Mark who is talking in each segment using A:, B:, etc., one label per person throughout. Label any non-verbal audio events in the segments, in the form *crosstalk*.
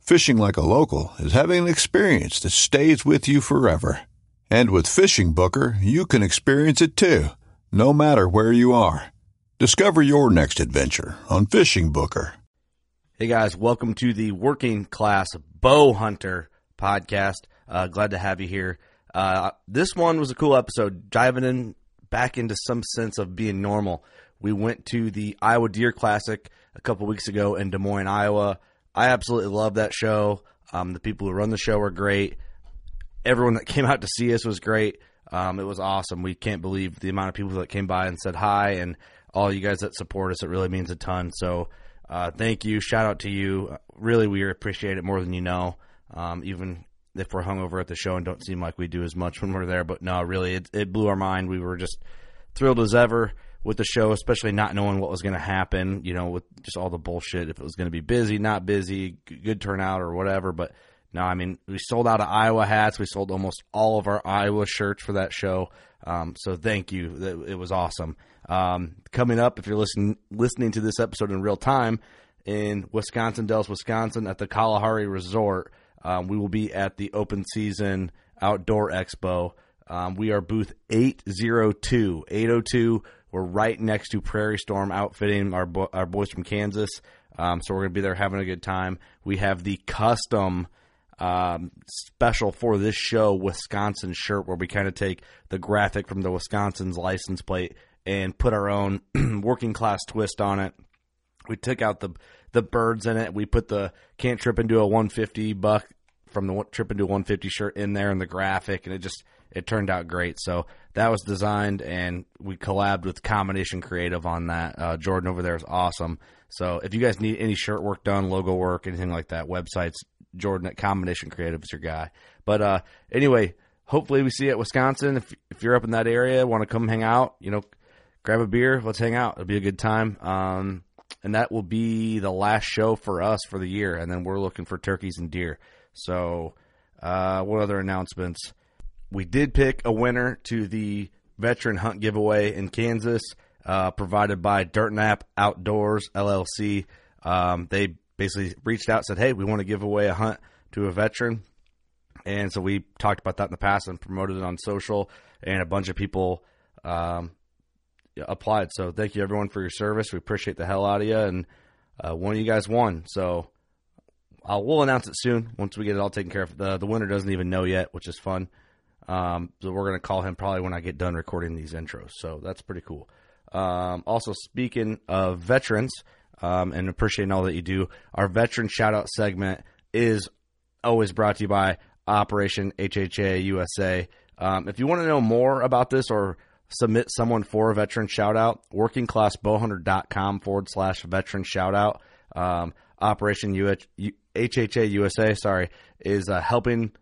A: Fishing like a local is having an experience that stays with you forever. And with Fishing Booker, you can experience it too, no matter where you are. Discover your next adventure on Fishing Booker.
B: Hey guys, welcome to the Working Class Bow Hunter podcast. Uh, glad to have you here. Uh, this one was a cool episode, diving in back into some sense of being normal. We went to the Iowa Deer Classic a couple weeks ago in Des Moines, Iowa. I absolutely love that show. Um, the people who run the show are great. Everyone that *laughs* came out to see us was great. Um, it was awesome. We can't believe the amount of people that came by and said hi, and all you guys that support us. It really means a ton. So uh, thank you. Shout out to you. Really, we appreciate it more than you know. Um, even if we're hungover at the show and don't seem like we do as much when we're there, but no, really, it, it blew our mind. We were just thrilled as ever with the show, especially not knowing what was going to happen, you know, with just all the bullshit, if it was going to be busy, not busy, g- good turnout or whatever. But no, I mean, we sold out of Iowa hats. We sold almost all of our Iowa shirts for that show. Um, so thank you. It, it was awesome. Um, coming up, if you're listening, listening to this episode in real time in Wisconsin Dells, Wisconsin at the Kalahari Resort, um, we will be at the open season outdoor expo. Um, we are booth 802, 802. We're right next to Prairie Storm Outfitting, our bo- our boys from Kansas. Um, so we're gonna be there having a good time. We have the custom um, special for this show Wisconsin shirt, where we kind of take the graphic from the Wisconsin's license plate and put our own *clears throat* working class twist on it. We took out the the birds in it. We put the can't trip into a 150 buck from the one- trip into a 150 shirt in there in the graphic, and it just it turned out great. So that was designed, and we collabed with Combination Creative on that. Uh, Jordan over there is awesome. So if you guys need any shirt work done, logo work, anything like that, websites, Jordan at Combination Creative is your guy. But uh, anyway, hopefully we see you at Wisconsin. If if you're up in that area, want to come hang out, you know, grab a beer, let's hang out. It'll be a good time. Um, and that will be the last show for us for the year. And then we're looking for turkeys and deer. So, uh, what other announcements? We did pick a winner to the veteran hunt giveaway in Kansas, uh, provided by Dirt Nap Outdoors LLC. Um, they basically reached out, said, "Hey, we want to give away a hunt to a veteran." And so we talked about that in the past and promoted it on social, and a bunch of people um, applied. So thank you everyone for your service. We appreciate the hell out of you, and uh, one of you guys won. So uh, we'll announce it soon once we get it all taken care of. The the winner doesn't even know yet, which is fun. Um, so we're gonna call him probably when I get done recording these intros. So that's pretty cool. Um, also speaking of veterans um, and appreciating all that you do, our veteran shout out segment is always brought to you by Operation HHA USA. Um, if you want to know more about this or submit someone for a veteran shout out, workingclassbowhunter.com forward slash veteran shout out. Um, Operation UH, HHA USA, sorry, is uh, helping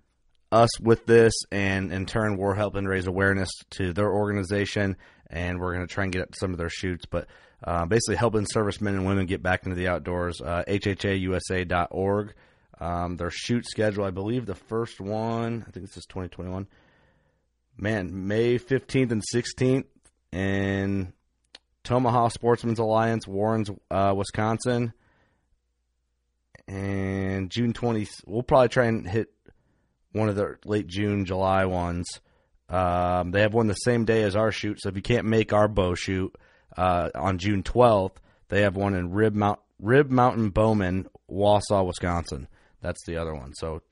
B: us with this, and in turn, we're helping raise awareness to their organization, and we're going to try and get up to some of their shoots. But uh, basically, helping servicemen and women get back into the outdoors. Uh, HHAUSA.org. Um, their shoot schedule, I believe, the first one, I think this is 2021. man, May 15th and 16th in Tomaha Sportsman's Alliance, Warren's, uh, Wisconsin. And June 20th, we'll probably try and hit one of the late June, July ones. Um, they have one the same day as our shoot, so if you can't make our bow shoot uh, on June 12th, they have one in Rib, Mount, Rib Mountain Bowman, Wausau, Wisconsin. That's the other one, so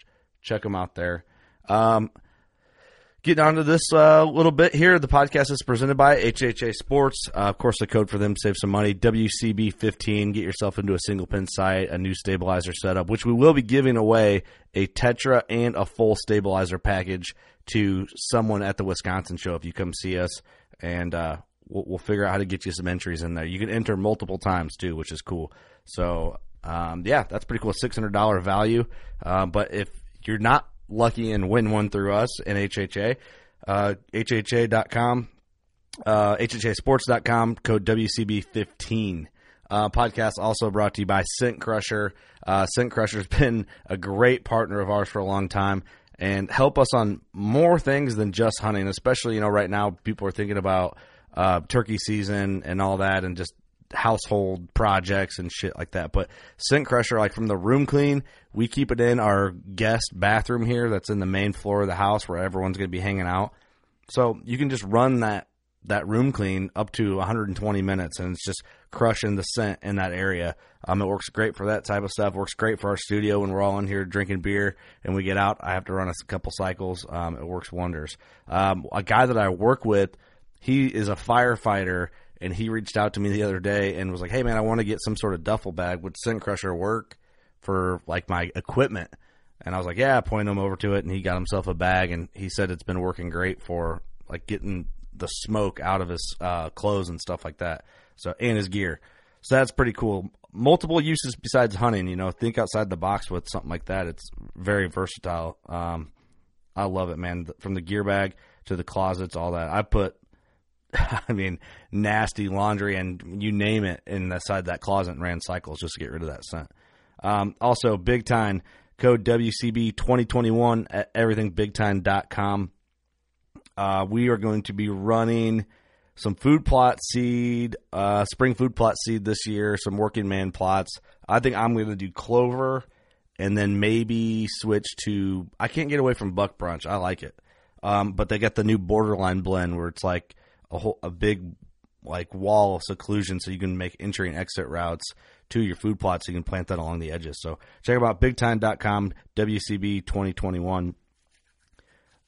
B: check them out there. Um, Getting on to this uh, little bit here. The podcast is presented by HHA Sports. Uh, of course, the code for them save some money. WCB15. Get yourself into a single pin sight, a new stabilizer setup, which we will be giving away a tetra and a full stabilizer package to someone at the Wisconsin show if you come see us, and uh, we'll, we'll figure out how to get you some entries in there. You can enter multiple times too, which is cool. So um, yeah, that's pretty cool. Six hundred dollar value, uh, but if you're not lucky and win one through us in HHA. Uh, HHA.com, uh, HHAsports.com, code WCB15. Uh, podcast also brought to you by Scent Crusher. Uh, Scent Crusher's *laughs* been a great partner of ours for a long time and help us on more things than just hunting, especially, you know, right now people are thinking about uh, turkey season and all that and just household projects and shit like that. But Scent Crusher, like from the room clean, we keep it in our guest bathroom here that's in the main floor of the house where everyone's going to be hanging out. So you can just run that that room clean up to 120 minutes, and it's just crushing the scent in that area. Um, it works great for that type of stuff. Works great for our studio when we're all in here drinking beer, and we get out. I have to run a couple cycles. Um, it works wonders. Um, a guy that I work with, he is a firefighter, and he reached out to me the other day and was like, "Hey man, I want to get some sort of duffel bag. Would Scent Crusher work?" for like my equipment. And I was like, yeah, point him over to it. And he got himself a bag and he said it's been working great for like getting the smoke out of his uh, clothes and stuff like that. So, and his gear. So that's pretty cool. Multiple uses besides hunting, you know, think outside the box with something like that. It's very versatile. Um, I love it, man. From the gear bag to the closets, all that. I put *laughs* I mean, nasty laundry and you name it inside that closet and ran cycles just to get rid of that scent. Um, also, Big Time, code WCB2021 at everythingbigtime.com. Uh, we are going to be running some food plot seed, uh, spring food plot seed this year, some working man plots. I think I'm going to do clover and then maybe switch to. I can't get away from buck brunch. I like it. Um, but they got the new borderline blend where it's like a whole a big like wall of seclusion so you can make entry and exit routes to your food plots so you can plant that along the edges. So check them out bigtime.com WCB 2021.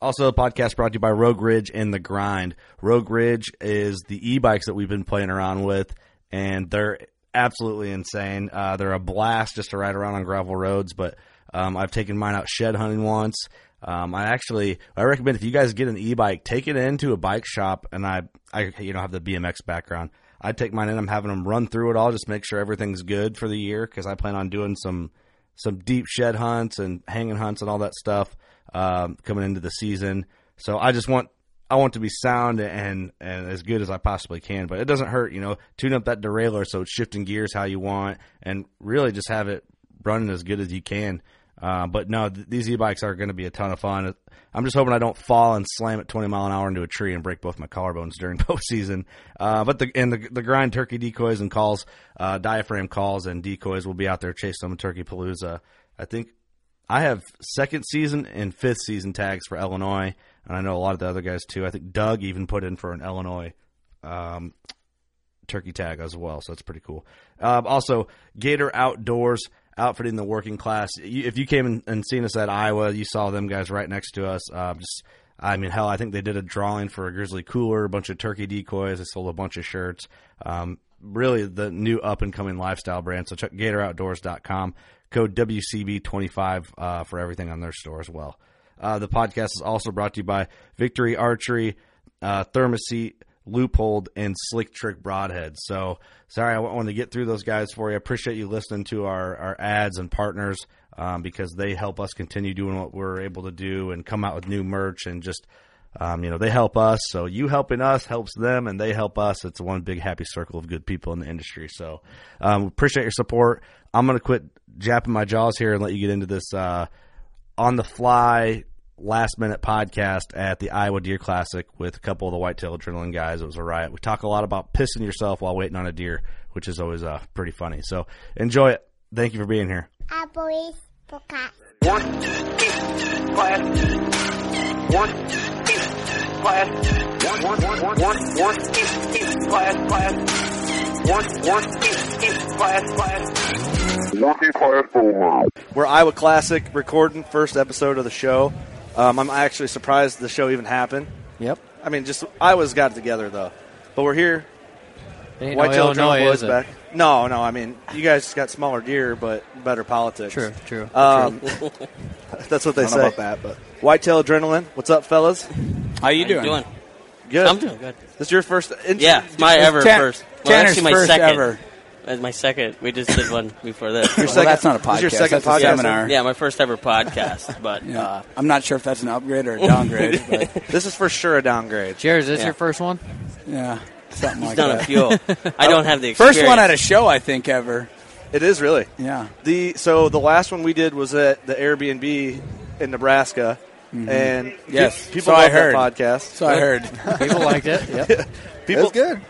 B: Also, the podcast brought to you by Rogue Ridge and The Grind. Rogue Ridge is the e bikes that we've been playing around with, and they're absolutely insane. Uh, they're a blast just to ride around on gravel roads, but um, I've taken mine out shed hunting once. Um, I actually I recommend if you guys get an e-bike, take it into a bike shop, and I I you know have the BMX background. I take mine in. I'm having them run through it all, just make sure everything's good for the year because I plan on doing some some deep shed hunts and hanging hunts and all that stuff um, coming into the season. So I just want I want to be sound and and as good as I possibly can. But it doesn't hurt, you know, tune up that derailleur so it's shifting gears how you want, and really just have it running as good as you can. Uh, but no, th- these e-bikes are going to be a ton of fun. I'm just hoping I don't fall and slam at 20 mile an hour into a tree and break both my collarbones during *laughs* bow season. Uh, but the and the, the grind turkey decoys and calls, uh, diaphragm calls and decoys will be out there chasing them in turkey palooza. I think I have second season and fifth season tags for Illinois, and I know a lot of the other guys too. I think Doug even put in for an Illinois. Um, turkey tag as well, so it's pretty cool. Um, also, Gator Outdoors outfitting the working class. You, if you came and, and seen us at Iowa, you saw them guys right next to us. Um, just, I mean, hell, I think they did a drawing for a grizzly cooler, a bunch of turkey decoys. They sold a bunch of shirts. Um, really, the new up and coming lifestyle brand. So check GatorOutdoors.com. Code WCB25 uh, for everything on their store as well. Uh, the podcast is also brought to you by Victory Archery, uh, Thermoset, Loophole, and Slick Trick Broadhead. So sorry, I wanted to get through those guys for you. I appreciate you listening to our, our ads and partners um, because they help us continue doing what we're able to do and come out with new merch and just, um, you know, they help us. So you helping us helps them and they help us. It's one big happy circle of good people in the industry. So um, appreciate your support. I'm going to quit japping my jaws here and let you get into this uh, on the fly last minute podcast at the Iowa Deer Classic with a couple of the whitetail adrenaline guys. It was a riot. We talk a lot about pissing yourself while waiting on a deer, which is always uh, pretty funny. So enjoy it. Thank you for being here.
C: Abois Podcast.
D: One piece class. One piece class. One one one one one one piece piece class class. One one piece piece class class. Lucky class forward.
B: We're Iowa Classic recording first episode of the show. Um, I'm actually surprised the show even happened.
E: Yep.
B: I mean, just Iowa's got it together though, but we're here.
E: Ain't
B: White
E: no
B: tail
E: Illinois,
B: Drone
E: is
B: blows
E: it?
B: back. No, no. I mean, you guys just got smaller deer, but better politics.
E: True, true.
B: Um, that's what they say.
E: but
B: Whitetail adrenaline. What's up, fellas?
F: How you doing?
B: Good.
F: I'm doing good.
B: This is your first. Intro-
F: Yeah, my ever
E: Tan-
F: first.
E: Tanner's
F: actually my
E: first
F: second.
E: ever.
F: That's my second. We just did one before this.
B: Your
F: So-
B: second-
G: that's not a
B: this is your
G: podcast,
B: second
G: that's a
B: podcast.
G: seminar.
F: yeah, my first ever podcast. But
G: Yeah.
F: uh,
G: I'm not sure if that's an upgrade or a downgrade, but
B: This is for sure a downgrade.
E: Jared, is this
F: Yeah.
E: your first one?
G: yeah, something like
F: done a
G: that.
F: few. I don't have the experience.
G: First one at a show, I think, ever.
B: It is really.
G: Yeah.
B: The so the last one we did was at the Airbnb in Nebraska, and
G: Yes.
B: pe- people
G: So I
B: love
G: heard.
B: that podcast.
G: Mm-hmm. So I heard.
E: People liked it. Yep.
B: People,
G: good.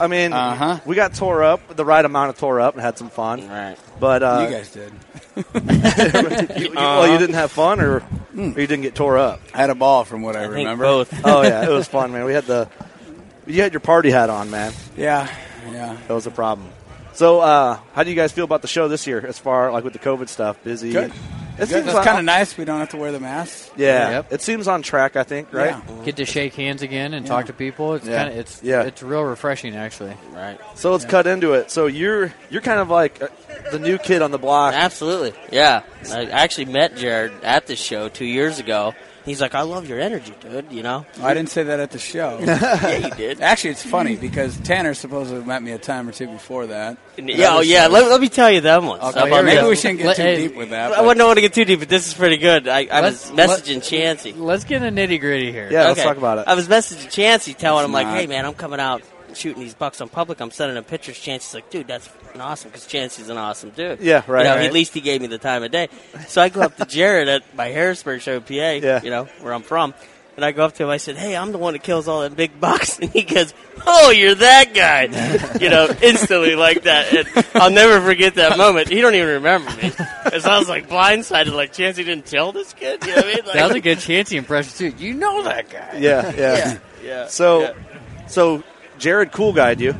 B: I mean,
G: Uh-huh.
B: we got tore up the right amount of tore up and had some fun.
F: Right.
B: But uh,
G: you Uh-huh. guys did.
B: you- well, you didn't have fun, or,
G: Hmm.
B: or you didn't get tore up.
G: I had a ball from what I,
F: I think
G: remember.
F: both.
B: Oh yeah, it was fun, man. We had the you had your party hat on, man.
G: Yeah, yeah.
B: That was a problem. So, uh, how do you guys feel about the show this year? As far like with the COVID stuff, busy.
G: Good.
B: It
G: Good.
B: seems
G: That's kind of nice. We don't have to wear the mask.
B: Yeah,
E: Yep.
B: it seems on track. I think right.
G: Yeah.
E: Get to shake hands again and talk to people. It's
G: Yeah.
E: kind of it's
B: Yeah.
E: it's real refreshing actually.
F: Right.
B: So let's cut into it. So you're you're kind of like uh, the new kid on the block.
F: Absolutely. Yeah. I actually met Jared at this show two years ago. He's like, I love your energy, dude. You know?
G: I didn't say that at the show.
E: *laughs*
F: Yeah, you did.
G: Actually, it's funny because Tanner supposed to have met me a time or two before that.
F: yeah, oh, yeah. Let, let me tell you that one.
E: Okay, Oh, here
G: Maybe
E: go.
G: we shouldn't get
E: Let-
G: too
E: hey,
G: deep with that.
F: I
G: but-
F: wouldn't want to get too deep, but this is pretty good. I, I was
E: Let's-
F: messaging Chansey.
E: Let's get in the nitty gritty here.
B: Yeah, let's talk about it.
F: I was messaging Chansey, telling him like,
G: not-
F: "Hey man, I'm coming out shooting these bucks on public. I'm sending him pictures." Chansey's like, "Dude, that's fucking awesome because Chansey's an awesome dude."
B: Yeah, right,
F: You know,
B: right.
F: At least he gave me the time of day. So I go
B: *laughs*
F: up to Jared at my Harrisburg show, PA.
B: Yeah.
F: You know where I'm from. And I go up to him. I said, "Hey, I'm the one that kills all them big bucks." *laughs* And he goes, "Oh, you're that guy,"
B: *laughs*
F: you know, instantly like that. And I'll never forget that moment. He don't even remember me, because I was like blindsided, like Chansey didn't tell this kid. You know what
E: *laughs*
F: I mean? Like,
E: That was a good Chansey impression too. You know that guy.
B: yeah, yeah.
F: yeah, yeah.
B: So
F: yeah.
B: so Jared cool guyed you.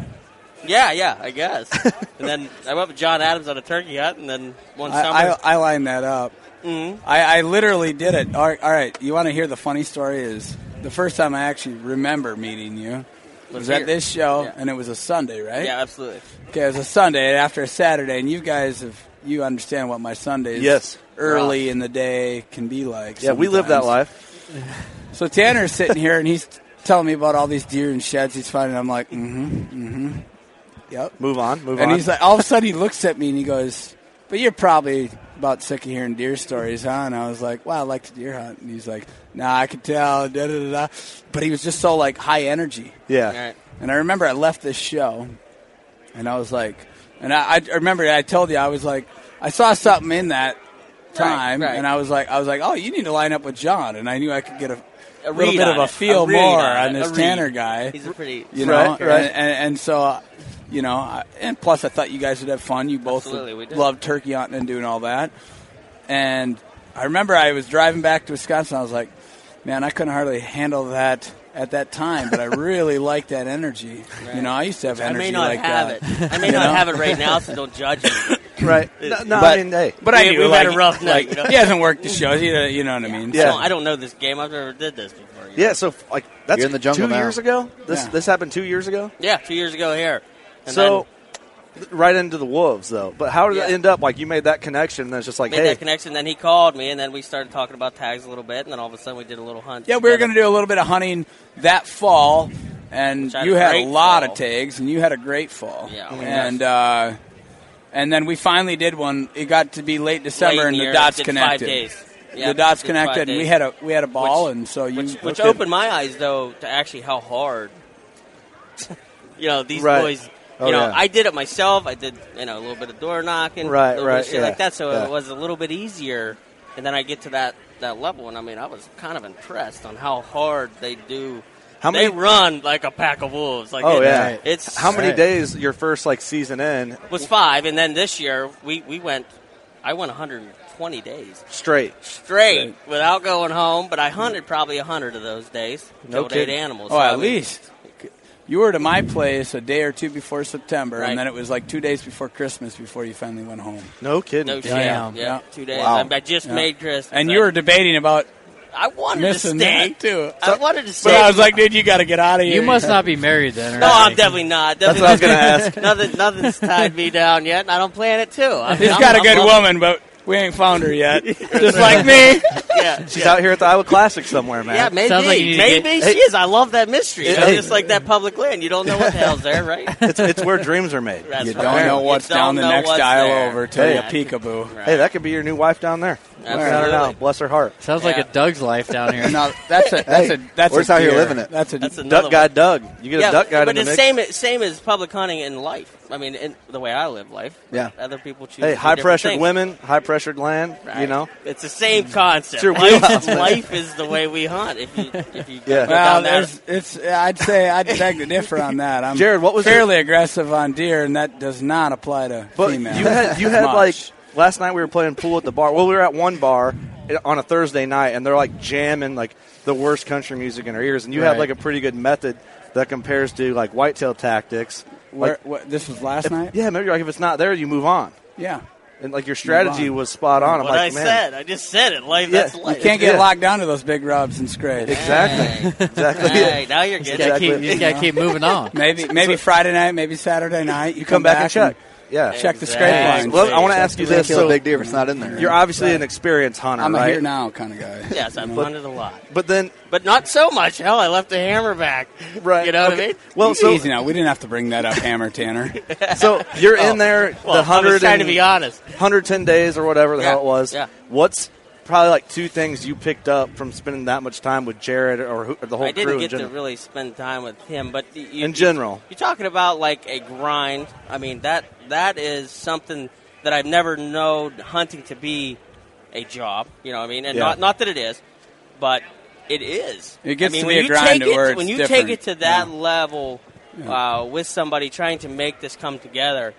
F: Yeah, yeah, I guess.
G: *laughs*
F: and then I went with John Adams on a turkey hunt, and then one summer, Mm-hmm.
G: I, I, I lined that up. I, I literally did it. All right, all right. You want to hear the funny story? Is the first time I actually remember meeting you was
F: here.
G: at this show,
F: Yeah.
G: and it was a Sunday, right?
F: yeah, absolutely.
G: Okay, it was a Sunday after a Saturday, and you guys have you understand what my Sundays
B: Yes.
G: early in the day can be like.
B: Yeah, we live that
G: sometimes.
B: life.
G: So Tanner's sitting here, and he's telling me about all these deer and sheds he's finding. I'm like, mm-hmm, mm-hmm, yep.
B: Move on, move
G: And
B: on.
G: he's like, all of a sudden, he looks at me and he goes, "But you're probably about sick of hearing deer stories, huh?" And I was like, "Well, I like to deer hunt." And he's like, "Nah, I could tell." Da, da, da, da. But he was just so like high energy.
B: yeah.
F: All right.
G: And I remember I left this show, and I was like, and I, I remember I told you I was like, I saw something in that time,
F: right.
G: and I was like, I was like, "Oh, you need to line up with John." And I knew I could get a,
F: A
G: little
F: read
G: bit
F: on
G: of a
F: it,
G: feel
F: read
G: more
F: on,
G: on,
F: it,
G: this
F: a read.
G: Tanner guy
F: He's a pretty.
G: you know,
B: Right, right.
G: And, and, and so, uh, you know, I- and plus I thought you guys would have fun. You both
F: Absolutely, we did.
G: love turkey hunting and doing all that. And I remember I was driving back to Wisconsin. I was like, man, I couldn't hardly handle that at that time,
F: *laughs*
G: but I really like that energy. You know, I used to have
F: I
G: energy
F: may not
G: like
F: have
G: that. *laughs*
F: it. I may
G: you
F: not
G: know?
F: have it right now, so don't judge me.
B: Right. No, no,
G: But-
B: I mean, hey.
G: *laughs* But
F: We-
G: I do.
F: we've
G: like,
F: had a rough night,
G: like,
F: you know?
G: *laughs* He hasn't worked the shows. You know, you know what I mean?
F: I,
B: Yeah.
F: don't, I don't know this game. I've never did this before. you know?
B: Yeah, so like that's
H: You're in the jungle
B: two
H: now.
B: years ago. This
G: Yeah.
B: this happened two years ago.
F: yeah, two years ago here. And
B: so right into the wolves though. But how did it
F: Yeah.
B: end up? Like you made that connection, and it's just like,
F: then made
B: hey,
F: that connection. Then he called me, and then we started talking about tags a little bit, and then all of a sudden we did a little hunt.
G: Yeah, we were going to do a little bit of hunting that fall, and
F: Which had
G: you
F: a
G: had a
F: great
G: lot
F: fall.
G: of tags, and you had a great fall.
F: Yeah,
E: Oh,
F: we had-
G: and uh, and then we finally did one. It got to be late December,
F: Late in
G: and
F: the
G: the,
F: year,
G: dots
F: did five
G: connected.
F: days. Yeah,
G: the dots
F: did
G: connected.
F: five
G: and we
F: days.
G: had a we had a ball,
F: Which-
G: and so you
F: which, which
G: looked at-
F: opened my eyes though to actually how hard *laughs* you know these
B: Right.
F: boys you
B: Oh,
F: know
B: yeah.
F: I did it myself I did you know a little bit of door knocking
B: Right,
F: a little bit of
B: right,
F: shit
B: yeah,
F: like that so
B: yeah.
F: it was a little bit easier and then I get to that at that level, and I mean, I was kind of impressed on how hard they do.
H: How
F: they
H: many-
F: run like a pack of wolves. Like
H: Oh
F: it-
H: yeah.
F: it's
H: how many
E: Right.
H: days your first like season in
F: was five, and then this year we we went. I went 120 days
H: straight?
F: straight without going home, but I hunted probably 100 of those days.
H: No
F: killed
H: kidding.
F: eight animals.
G: Oh,
F: So, I mean,
G: at least. You were to my place a day or two before September,
F: Right.
G: and then it was like two days before Christmas before you finally went home.
H: No kidding.
F: No shit. Yeah,
G: Damn. Yeah.
F: two days.
H: Wow.
F: I, I just
G: Yeah.
F: made Chris,
G: And you were debating about
F: I wanted to
G: missing
F: stay.
G: that too.
F: I wanted to stay.
G: But I was like, dude, you got to get out of here.
E: You
G: *laughs*
E: must not be married then. or
F: No, I'm
E: anything.
F: definitely not.
H: That's what I was gonna ask.
F: Nothing, nothing's tied me down yet, and I don't plan it too. I mean,
G: He's
F: I'm-
G: got a
F: I'm
G: good
F: loving-
G: woman, but we ain't found
H: *laughs*
G: her yet. Just like me.
F: Yeah,
H: She's
F: yeah.
H: out here at the Iowa Classic somewhere, man.
F: Yeah, maybe,
E: Sounds like you need to
F: maybe
H: get-
F: she is. I love that mystery.
H: Hey.
F: You know, just like that public land, you don't know what the hell's there, right?
G: *laughs*
H: it's, it's where dreams are made.
F: That's
G: You
F: right.
G: don't know what's
F: You don't
G: down the
F: know
G: next
F: what's
G: aisle
F: there.
G: over till
F: Right.
G: you peekaboo.
F: Right.
H: Hey, that could be your new wife down there. I don't know.
F: Absolutely.
H: Bless her heart.
E: Sounds like
F: Yeah.
E: a Doug's life down here.
G: *laughs* No, that's a that's
H: Hey,
G: a that's
H: we're just
G: a
H: out here
G: deer.
H: living it.
G: That's a
F: That's another
H: Duck guy,
F: one.
H: Doug. You get
F: yeah,
H: a duck guy
F: but
H: in the
F: it's
H: mix.
F: same same as public hunting in life. I mean, in the way I live life.
H: Yeah.
F: Other people choose. to
H: hey,
F: do
H: high
F: different
H: pressured
F: things.
H: women, Mm. high pressured land.
F: Right.
H: You know,
F: it's the same concept.
H: It's your
F: life,
H: wheelhouse, man.
F: life is the way we hunt. If you if you
H: Yeah.
F: go
G: Well,
F: down that
G: there's, it's. I'd say I'd beg to differ on that. I'm
H: Jared, what was
G: fairly aggressive on deer, and that does not apply to
H: But
G: females.
H: you had you had
G: much.
H: like last night we were playing pool at the bar. Well, we were at one bar on a Thursday night, and they're like jamming like the worst country music in our ears. And you had
E: Right.
H: like a pretty good method that compares to like whitetail tactics.
G: Where,
H: Like,
G: what, this was last night.
H: yeah, maybe like if it's not there, you move on.
G: Yeah.
H: And like your strategy
G: on.
H: was spot on. I'm
F: what
H: like,
F: I
H: man,
F: said. I just said it. Life.
H: Yeah.
F: That's
H: You
F: life.
G: You can't get
H: Yeah.
G: locked down to those big rubs and scrapes.
H: exactly, exactly.
F: Hey, now you're
E: You
F: getting
E: gotta,
H: Exactly.
E: keep, you gotta keep moving on.
G: Maybe maybe Friday night, maybe Saturday night. You
H: You come back, and check. Yeah.
G: check the scrape
F: Exactly.
G: line.
H: Well, I want to ask you
I: You can't
H: this.
I: kill
H: So
I: a big deer if it's not in there.
H: you're obviously an experienced hunter,
G: I'm a
H: right?
G: here now kind of guy.
F: Yes, I've hunted a lot,
H: But then,
F: but not so much. Hell, I left the hammer back.
H: right?
F: You know what
H: okay.
F: I mean?
H: Well, so
G: easy now. We didn't have to bring that up, Hammer Tanner.
H: so you're in there
F: Well,
H: the
F: I'm just
H: hundred
F: trying to be
H: and-
F: honest.
H: 110 days or whatever the
F: Yeah,
H: hell it was.
F: yeah.
H: What's probably like two things you picked up from spending that much time with Jared or, who, or the whole
F: I didn't
H: crew in
F: get to
H: general?
F: really spend time with him, but y- you,
H: in general,
F: you're talking about like a grind. I mean that that is something that I've never known hunting to be a job. You know what I mean? And
H: Yeah.
F: not not that it is, but it is.
G: It
F: I
G: gets
F: mean,
G: to
F: when
G: be a
F: you
G: grind
F: take
G: to
F: it-
G: where it's
F: when you
G: different.
F: take it to that level uh, with somebody trying to make this come together.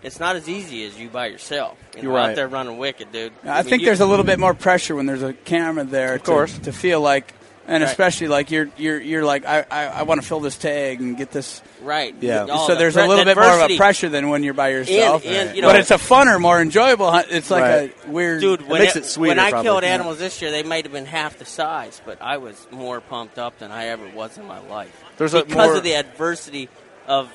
F: It's not as easy as you by yourself. You
H: You're
F: know,
H: right.
F: out there running wicked, dude.
G: I
F: mean,
G: think
F: you-
G: there's a little bit more pressure when there's a camera there, of
H: course.
G: to, to feel like, and
F: Right.
G: especially like you're you're you're like I I, I want to fill this tag and get this.
F: right.
H: Yeah.
F: All
G: so
F: the
G: there's
F: pre-
G: a little bit more of a
F: adversity.
G: pressure than when you're by yourself.
F: and, you
G: but
F: know-
G: it's a funner, more enjoyable hunt. It's like
H: Right.
G: a weird
F: Dude, when,
H: makes it sweeter,
F: when I
H: probably.
F: killed
H: Yeah.
F: animals this year, they might have been half the size, but I was more pumped up than I ever was in my life.
H: There's a
F: because
H: more-
F: of the adversity of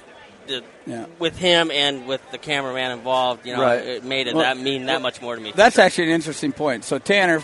F: the,
G: Yeah.
F: with him and with the cameraman involved. You know,
H: Right.
F: it made it
G: Well,
F: that mean that much more to me.
G: That's actually an interesting point. So Tanner,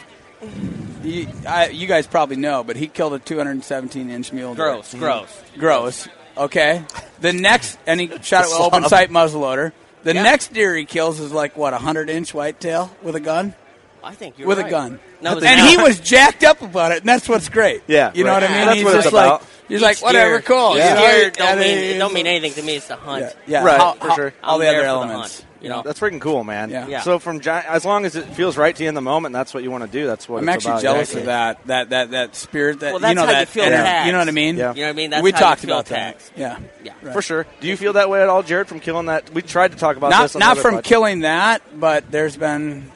G: you, I, you guys probably know, but he killed a 217 inch mule. deer.
F: gross, gross.
G: Gross. Okay. The next, and he
F: *laughs*
G: shot it with
H: Slob.
G: open sight muzzleloader. The
F: Yeah.
G: next deer he kills is like what a hundred inch whitetail with a gun.
F: I think you're
G: With a
F: right.
G: gun,
F: No, it was
G: and
F: not.
G: he
F: *laughs*
G: was jacked up about it, and that's what's great.
H: Yeah,
G: you know
H: right.
G: what I
H: Yeah,
G: mean.
H: that's
G: he's
H: what it's
G: just
H: about.
G: like he's like
F: Each
G: whatever,
F: deer-
G: cool.
F: each
G: You know,
F: deer
G: I
F: don't mean it
G: mean,
F: don't mean anything to me. It's the hunt.
G: yeah, yeah.
H: Right,
G: how-
H: for
G: how-
H: sure.
G: All
F: I'm
G: the
F: there
G: other
F: for the hunt,
G: elements,
F: you know?
H: that's freaking cool, man.
G: Yeah.
F: Yeah.
H: So from Gi- as long as it feels right to you in the moment, that's what you want to do. That's what
G: I'm
H: it's
G: actually
H: about.
G: jealous
H: Exactly.
G: of that. That that that spirit. That
F: Well, that's
G: you know
F: how you
G: that.
F: feel
G: energy.
F: taxed.
G: You know what I mean?
H: Yeah.
F: You know what I mean? That's
G: we
F: how
G: talked
F: you feel
G: about
F: taxed.
G: that. Yeah.
F: Yeah.
G: Right.
H: For sure. Do you feel that way at all, Jared, from killing that? We tried to talk about
G: Not
H: this. on
G: not
H: the other
G: from
H: podcast.
G: killing that, but there's been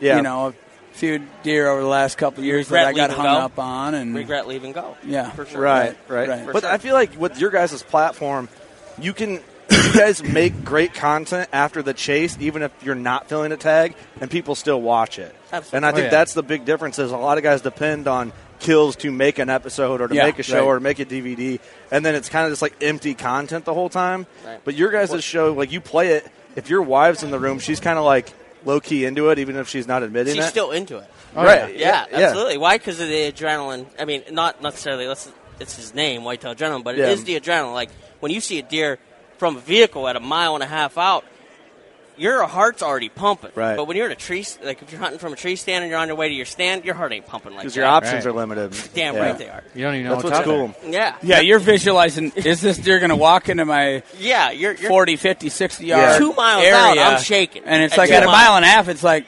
H: Yeah.
G: you know a few deer over the last couple of years
F: Regret
G: that I got
F: leaving
G: hung
F: go.
G: up on and
F: regret leaving go.
G: Yeah.
F: for sure.
H: Right, right.
G: Right, right.
H: But
F: For
H: I
F: sure.
H: feel like with your guys' platform, you can *coughs* you guys make great content after the chase, even if you're not filling a tag, and people still watch it.
F: Absolutely.
H: And I
E: Oh,
H: think
E: yeah.
H: that's the big difference is a lot of guys depend on kills to make an episode or to
G: Yeah,
H: make a show
G: right.
H: or make a DVD, and then it's kind of just like empty content the whole time.
F: Right.
H: But your guys' show, like you play it, if your wife's in the room, she's kind of like low key into it, even if she's not admitting
F: She's
H: it.
F: still into it.
H: right?
F: Yeah, absolutely. Why? Because of the adrenaline. I mean, not necessarily. That's it's his name, whitetail adrenaline, but it is
H: Yeah.
F: the adrenaline. Like when you see a deer from a vehicle at a mile and a half out, your heart's already pumping.
H: Right.
F: But when you're in a tree, s- like if you're hunting from a tree stand and you're on your way to your stand, your heart ain't pumping like
H: Because
F: that.
H: your options
E: Right.
H: are limited.
F: *laughs* Damn
H: Yeah.
F: right they are.
E: You don't even know
H: That's what's
E: out there.
H: cool.
F: Yeah.
G: yeah, you're visualizing is this deer going to walk into my
F: Yeah. You're, you're
G: 40, 50, 60 yard
H: Yeah.
F: Two miles
G: area,
F: out, I'm shaking.
G: And it's
F: At
G: like
F: two
G: at a
F: miles.
G: mile and a half, it's like,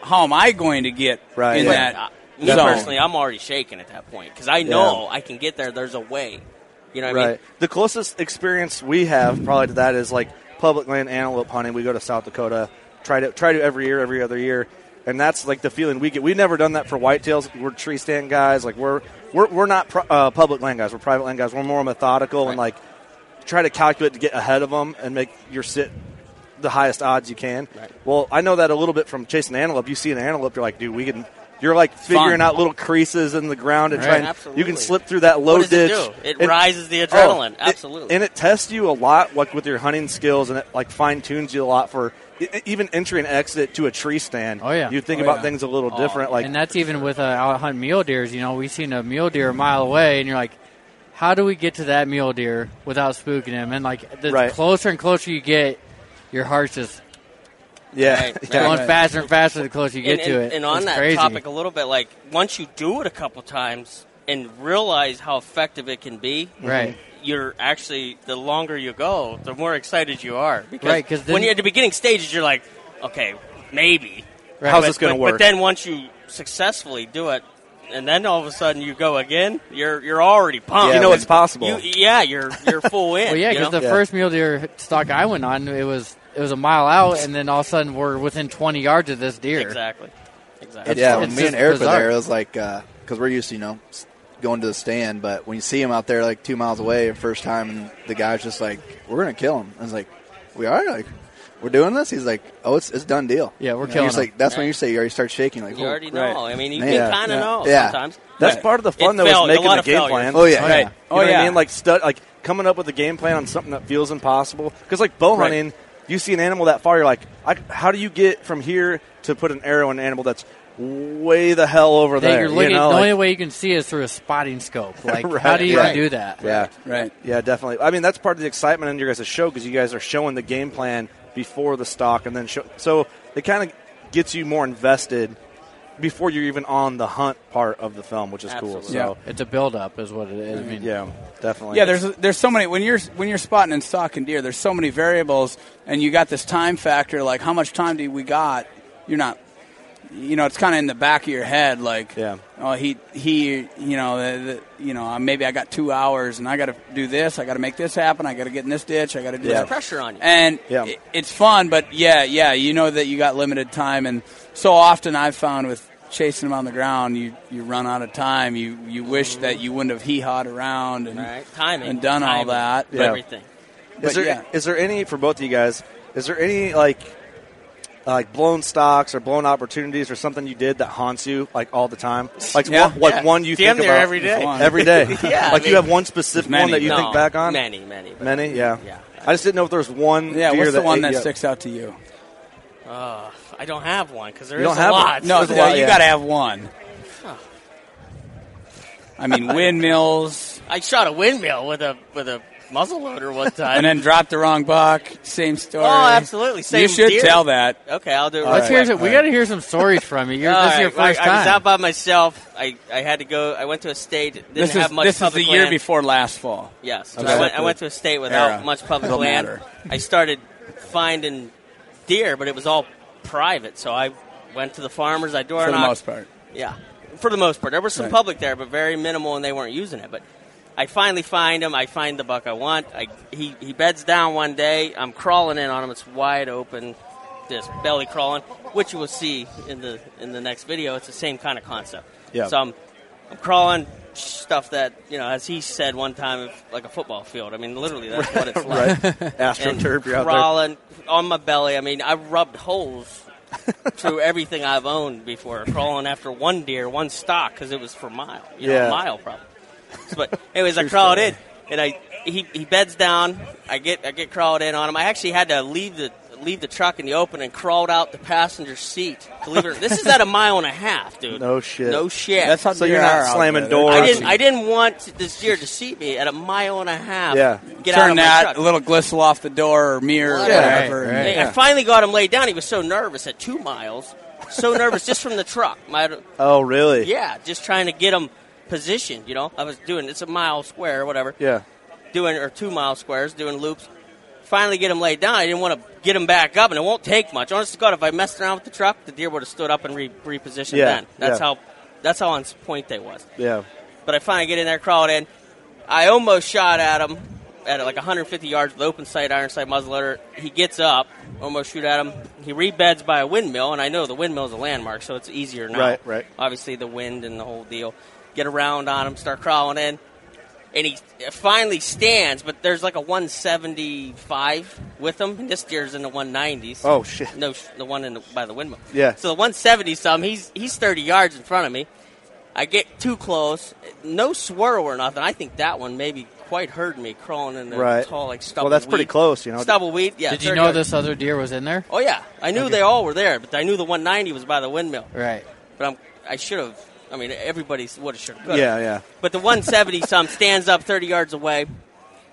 G: how am I going to get
H: Right,
G: in
H: yeah.
G: that?
F: Like, Me
G: Zone.
F: personally, I'm already shaking at that point because I know I can get there. There's a way. You know what I mean?
H: Right. The closest experience we have probably to that is like public land antelope hunting. We go to South Dakota, try to try to every year, every other year, and that's like the feeling we get. We've never done that for whitetails. We're tree stand guys. Like we're we're we're not pro- uh, public land guys. We're private land guys. We're more methodical and like try to calculate to get ahead of them and make your sit the highest odds you can. Well, I know that a little bit from chasing antelope. You see an antelope, you're like, dude, we can. You're like figuring
G: Fun.
H: out little creases in the ground and
G: Right.
H: trying. You
F: Absolutely.
H: can slip through that low
F: What does
H: ditch.
F: it do? It
H: and-
F: rises the adrenaline.
H: Oh, it-
F: Absolutely.
H: and it tests you a lot, like with your hunting skills, and it like fine tunes you a lot for e- e- even entry and exit to a tree stand.
E: Oh, yeah.
H: you think
G: Oh,
H: about
G: yeah.
H: things a little different. Like
E: and that's even with uh, out hunt mule deers. You know, we've seen a mule deer a mile away, and you're like, how do we get to that mule deer without spooking him? And like, the
H: Right.
E: closer and closer you get, your heart's just
H: yeah,
F: Right, right.
H: *laughs* yeah.
E: going faster and faster the closer you get
F: and,
E: to it.
F: and- and on
E: It's
F: that
E: crazy.
F: topic a little bit, like once you do it a couple times and realize how effective it can be,
E: Right.
F: You're actually the longer you go, the more excited you are because
E: Right, 'cause
F: when
E: then-
F: you're at the beginning stages, you're like, okay, maybe
E: Right.
H: How's
F: But-
H: this going to
F: but-
H: work?
F: But then once you successfully do it. And then all of a sudden you go again. You're you're already pumped.
H: Yeah, You know it's possible.
F: You- yeah, you're you're
E: *laughs*
F: full in.
E: Well, yeah,
F: you know?
E: because the first mule deer stock I went on, it was it was a mile out, and then all of a sudden we're within 20 yards of this deer.
F: exactly, exactly.
I: yeah, when
E: it's
I: me and
E: just
I: Eric
E: bizarre.
I: were there, it was like because we're used to you know s- going to the stand, but when you see him out there like two miles away the first time, and the guy's just like, "We're gonna kill him," I was like, "We are like." We're doing this. He's like, "Oh, it's it's done deal."
E: Yeah, we're
I: And
E: killing
I: he's
E: him.
I: like, that's when you say you already start shaking. Like,
F: You
I: oh,
F: already know.
G: right.
F: I mean, you
I: Yeah,
F: can kind of
I: yeah,
F: know
I: yeah.
F: sometimes.
H: That's
F: But
H: part of the
F: it
H: fun though
F: failed- a
H: is making
F: lot
H: the
F: of
H: game
F: failures.
H: plan.
I: Oh, yeah.
E: Oh, yeah.
H: You know what
G: Oh,
H: I
G: yeah.
H: mean? Like stu- like coming up with a game plan on something that feels impossible. Because like bow
G: Right.
H: hunting, you see an animal that far, you're like, I, how do you get from here to put an arrow in an animal that's way the hell over
E: That
H: there?
E: you're looking,
H: you know,
E: the
H: like-
E: only way you can see is through a
I: *laughs*
E: spotting scope. Like, how
H: Right,
E: do you
I: right.
E: do that?
H: yeah,
G: Right.
H: Yeah, definitely. I mean, that's part of the excitement in your guys' show because you guys are showing the game plan before the stock, and then show, so it kind of gets you more invested before you're even on the hunt part of the film, which is cool.
F: Absolutely.
H: So
E: It's a buildup, is what it is. I mean,
H: yeah. definitely.
G: Yeah, there's there's so many when you're when you're spotting and stalking deer. There's so many variables, and you got this time factor. Like, how much time do we got? You're not, you know, it's kind of in the back of your head. Like,
H: Yeah.
G: oh, he he, you know, the, the, you know, uh, maybe I got two hours, and I got to do this. I got to make this happen. I got to get in this ditch. I got to do
H: Yeah.
G: that.
F: pressure on you.
G: and
H: Yeah.
G: i- it's fun. But yeah, yeah, you know that you got limited time, and so often I've found with chasing them on the ground, you you run out of time. You you wish that you wouldn't have hee hawed around and
F: Right. Timing.
G: and done all
F: timing,
G: that.
H: Yeah.
F: Everything.
H: Is
G: But
H: there is
G: yeah.
H: there any for both of you guys? Is there any like like blown stocks or blown opportunities or something you did that haunts you like all the time? Like
G: Yeah.
H: one, like
F: Yeah.
H: one you
F: Damn
H: think
F: near
H: about
F: every day.
H: *laughs*
G: One.
H: Every day,
F: *laughs* Yeah, I
H: Like
F: mean-
H: you have one specific
G: Many,
H: one that you
G: but-
H: think back on.
F: Many, many, but-
H: Many, yeah.
F: Yeah.
H: I just didn't know if there was one.
G: Yeah,
H: deer
G: what's the
H: that
G: one
H: ate
G: that
H: you up.
G: sticks out to you?
F: Uh, I don't have one because there
H: You
F: is
H: don't have
F: a
H: one?
F: lot.
G: No,
H: There's a
G: no,
H: lot,
G: you
H: yeah.
G: got to have one. I mean, windmills,
F: I shot a windmill with a with a muzzle
H: *laughs*
F: loader one time.
G: and then dropped the wrong buck. Same story.
F: oh, absolutely. Same
G: you should
F: deer.
G: tell that.
F: Okay, I'll
H: Uh,
F: do it.
E: Let's
F: right
E: hear
F: away.
E: some, We got to hear some stories from you. You're,
F: All
E: this is your
F: right,
E: first
F: I, I was
E: time.
F: out by myself. I, I had to go. I went to a state. that Didn't
G: This
F: have
G: is
F: much
G: this is the
F: public
G: year
F: land.
G: before last fall.
F: Yes, so
G: Okay.
F: I, went, I went to a state without
G: Era.
F: much public
G: Don't
F: land.
G: matter.
F: I started finding deer, but it was all private. So I went to the farmers. I door
G: For the
F: knocked.
G: most part.
F: Yeah, for the most part, there was some
G: Right.
F: public there, but very minimal, and they weren't using it. But I finally find him. I find the buck I want. I, he he beds down one day. I'm crawling in on him. It's wide open, this belly crawling, which you will see in the in the next video. It's the same kind of concept.
H: Yeah.
F: So I'm I'm crawling stuff that you know, as he said one time, like a football field. I mean, literally, that's
H: *laughs*
F: what it's like and
H: AstroTurf, you're out there.
F: crawling on my belly. I mean, I
H: *laughs*
F: rubbed holes through everything I've owned before, crawling after one deer, one stock, because it was for mile, you know,
H: Yeah.
F: a mile probably. *laughs* But anyways, I crawled in, and I he, he beds down. I get I get crawled in on him. I actually had to leave the leave the truck in the open and crawled out the passenger seat. Believe it, or, this is at a *laughs* mile and a half, dude.
H: No shit.
F: No shit.
G: That's how
H: So
G: deer
H: you're not
G: are out
H: slamming
G: there.
H: doors.
F: I didn't. I didn't want this deer to see me at a mile and a half.
H: Yeah.
F: Get out
G: Turn
F: of my
G: that
F: truck.
G: a little glistle off the door or mirror or
F: Yeah.
G: whatever.
E: Right, right.
F: I- I finally got him laid down. He was so nervous at two miles, so nervous just from the truck. My,
H: Oh, really?
F: yeah, just trying to get him positioned. You know, I was doing it's a mile square, whatever.
H: Yeah.
F: Doing or two mile squares, doing loops. Finally, get him laid down. I didn't want to get him back up, and it won't take much. Honest to God, if I messed around with the truck, the deer would have stood up and re- repositioned.
H: Yeah,
F: Then that's
H: yeah.
F: how That's how on point they was.
H: Yeah.
F: But I finally get in there, crawled in. I almost shot at him at like 150 yards with open sight, iron sight muzzleloader. He gets up, almost shoot at him. He rebeds by a windmill, and I know the windmill is a landmark, so it's easier now.
I: Right, right.
F: Obviously, the wind and the whole deal. Get around on him, start crawling in, and he finally stands. But there's like a 175 with him, and this deer's in the 190s.
H: Oh, shit.
F: No, sh- the one in the, by the windmill.
H: Yeah.
F: So the 170 some, he's he's 30 yards in front of me. I get too close, no swirl or nothing. I think that one maybe quite hurt me crawling in the
H: Right.
F: tall like stubble.
H: Well, that's pretty
F: weed.
H: close, you know.
F: Stubble weed. Yeah.
E: Did you
F: 30
E: know
F: yards.
E: this other deer was in there?
F: Oh yeah, I knew they all were there, but I knew the 190 was by the windmill.
E: Right.
F: But I'm, I should have. I mean, everybody would have should have.
H: Yeah, yeah.
F: But the 170 some stands up 30 yards away,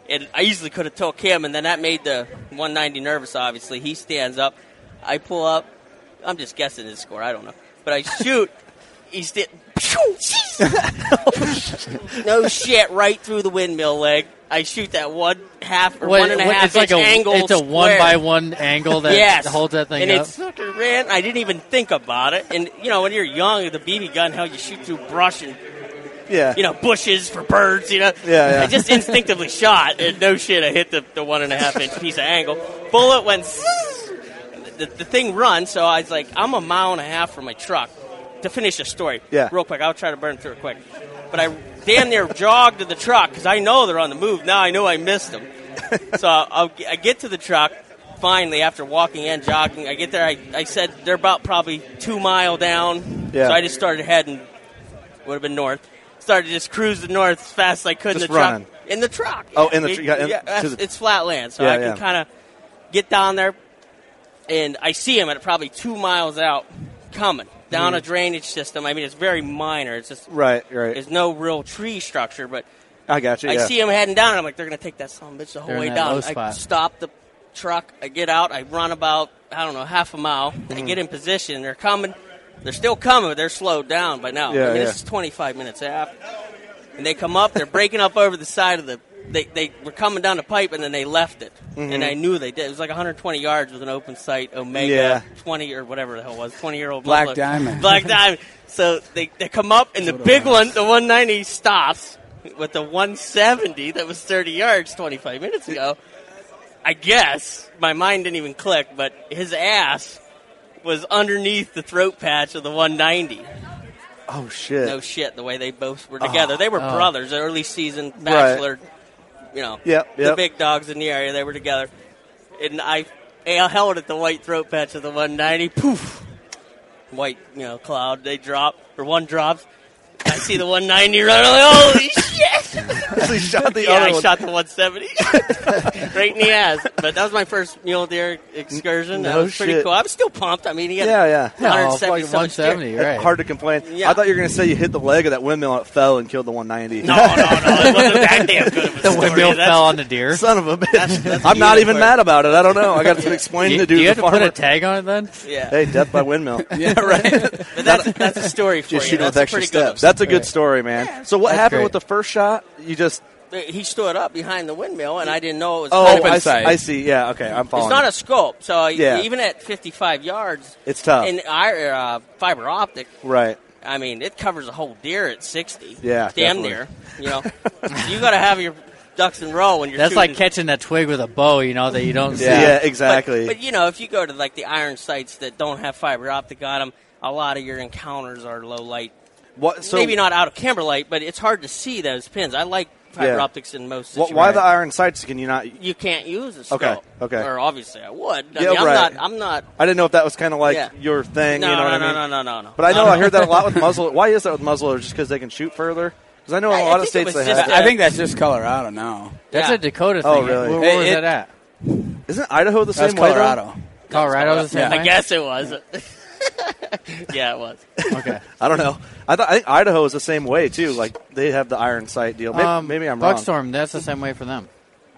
F: and I easily could have took him, and then that made the 190 nervous. Obviously, he stands up. I pull up. I'm just guessing his score. I don't know, but I shoot. He's did. no shit, right through the windmill leg. I shoot that one half or
E: Wait,
F: one and a half
E: what- it's like
F: inch
E: a,
F: angle.
E: It's a one
F: square
E: by one angle that
F: yes.
E: holds that thing
F: and
E: up.
F: it sucker ran. I didn't even think about it. And you know, when you're young, with a BB gun, how you shoot through brush and
H: Yeah.
F: you know bushes for birds. You know,
H: Yeah, yeah.
F: I just instinctively shot, and no shit, I hit the, the one and a half inch piece of angle. Bullet went. zzz. The, the thing runs, so I was like, I'm a mile and a half from my truck. To finish the story,
H: Yeah.
F: real quick, I'll try to burn through it quick. But I damn near jogged to the truck because I know they're on the move. Now I know I
H: *laughs*
F: missed them. so I'll, I get to the truck finally after walking and jogging. I get there. I, I said they're about probably two mile down.
H: Yeah.
F: So I just started heading. Would have been north. Started just cruising north as fast as I could
H: Just
F: in the
H: running.
F: truck. In the truck.
H: Oh, in the
F: It-
H: tr- yeah, in-
F: yeah,
H: to
F: that's-
H: the-
F: it's flat land, so
H: Yeah,
F: I can
H: yeah.
F: kind of get down there, and I see him at probably two miles out coming down
E: Hmm.
F: a drainage system. I mean, it's very minor. It's just
H: Right, right.
F: there's no real tree structure, but
H: I got you.
F: I
H: Yeah.
F: see him heading down, and I'm like, they're going to take that son of a bitch the whole
E: They're in
F: way
E: that
F: down.
E: low
F: I
E: spot.
F: stop the truck. I get out. I run about, I don't know, half a mile. I
E: Hmm.
F: get in position. They're coming. They're still coming, but they're slowed down by now.
H: Yeah,
F: I mean,
H: yeah.
F: this is 25 minutes after. And they come up. They're breaking up over the side of the. They, they were coming down the pipe, and then they left it.
G: Mm-hmm.
F: And I knew they did. It was like 120 yards with an open sight Omega
H: Yeah.
F: 20 or whatever the hell it was, 20 year old
G: Black
F: muzzler.
G: Diamond.
F: Black Diamond. So they, they come up, and the big one, the 190, stops with the 170 that was 30 yards 25 minutes ago. I guess my mind didn't even click, but his ass was underneath the throat patch of the 190.
H: oh shit. Ah. Oh.
F: No shit, the way they both were together. they were brothers, early season bachelor. You know,
H: Yep,
F: the
H: yep.
F: big dogs in the area. They were together, and I, I held at the white throat patch of the 190. Poof, white you know cloud. They drop or one drops. I see the 190 run. I'm like, holy *laughs* shit!
H: *laughs* He shot the
F: *laughs* yeah,
H: other
F: I
H: one.
F: shot the *laughs* 170 right in the ass. But that was my first mule deer excursion. that
H: No
F: was pretty
H: shit.
F: cool. I was still pumped. I mean, he had
H: Yeah, yeah.
E: No,
F: 170
E: fucking 170, right?
H: Hard to complain.
F: Yeah.
H: I thought you were going to say you hit the leg of that windmill and it fell and killed the 190.
F: No, no, no. It wasn't that damn good of a
E: the
F: story.
E: windmill
F: That's-
E: fell on the deer.
H: *laughs* Son of a bitch. I'm not even mad about it. I don't know. I got to explain
E: Do
H: to
E: you,
H: do
E: do you
H: the
E: have to
H: farmer.
E: put a tag on it then?
F: Yeah.
H: hey, death by
E: *laughs*
H: windmill.
G: Yeah, right.
F: But that's, that's a story for
I: Just
F: you.
I: shoot him
F: That's
I: with
F: a pretty
I: extra
F: good
I: steps.
H: That's a good story, man. So what
E: That's
H: happened
E: great.
H: with the first shot? You just
F: one. He stood up behind the windmill, and I didn't know it was.
H: oh,
G: open
H: I, see-
G: side.
H: I see. Yeah, okay, I'm following.
F: it's not a scope, so
H: Yeah.
F: even at 55 yards,
H: It's tough.
F: in our uh, fiber optic.
H: right.
F: I mean, it covers a whole deer at 60.
H: Yeah,
F: damn
H: definitely.
F: near. You know, you got to have your ducks in a row when you're.
E: That's like
F: shooting.
E: catching that twig with a bow, you know, that you don't
H: Yeah,
E: see.
F: But-
H: exactly.
F: But, you know, if you go to like the iron sites that don't have fiber optic on them, a lot of your encounters are low light
H: what? So
F: maybe not out of camera light, but it's hard to see those pins. I like fiber
H: Yeah.
F: optics in most
H: wh-
F: situations.
H: why the iron sights? Can you not?
F: you can't use a scope.
H: Okay, okay.
F: Or obviously I would. I
H: Yeah,
F: mean, I'm
H: right.
F: not. I'm not.
H: I didn't know if that was kind of like
F: Yeah.
H: your thing.
F: No,
H: you know
F: no,
H: what I
F: no,
H: mean?
F: no, no, no, no.
H: But
F: *laughs*
H: I know
F: No,
H: I heard that a lot with muzzle. Why is that with muzzleloaders? Just because they can shoot further? Because I know in
F: I-
H: a
F: I
H: lot of
F: think it
H: states
F: was
H: they
F: just
H: have.
F: a-
H: that.
G: I think that's just Colorado now.
E: That's
F: Yeah.
E: a Dakota thing.
H: Oh, really?
E: Where, where
G: It-
E: was
G: it-
E: that at?
H: Isn't Idaho the
G: That's
H: same way? though?
G: Colorado.
E: Colorado's the same
G: Yeah.
E: way?
F: I guess it was. *laughs* yeah, it was.
E: Okay.
H: I don't know. I thought I think Idaho is the same way too. Like they have the iron sight deal. Maybe,
E: um,
H: maybe I'm wrong.
E: Buckstorm, that's the same way for them.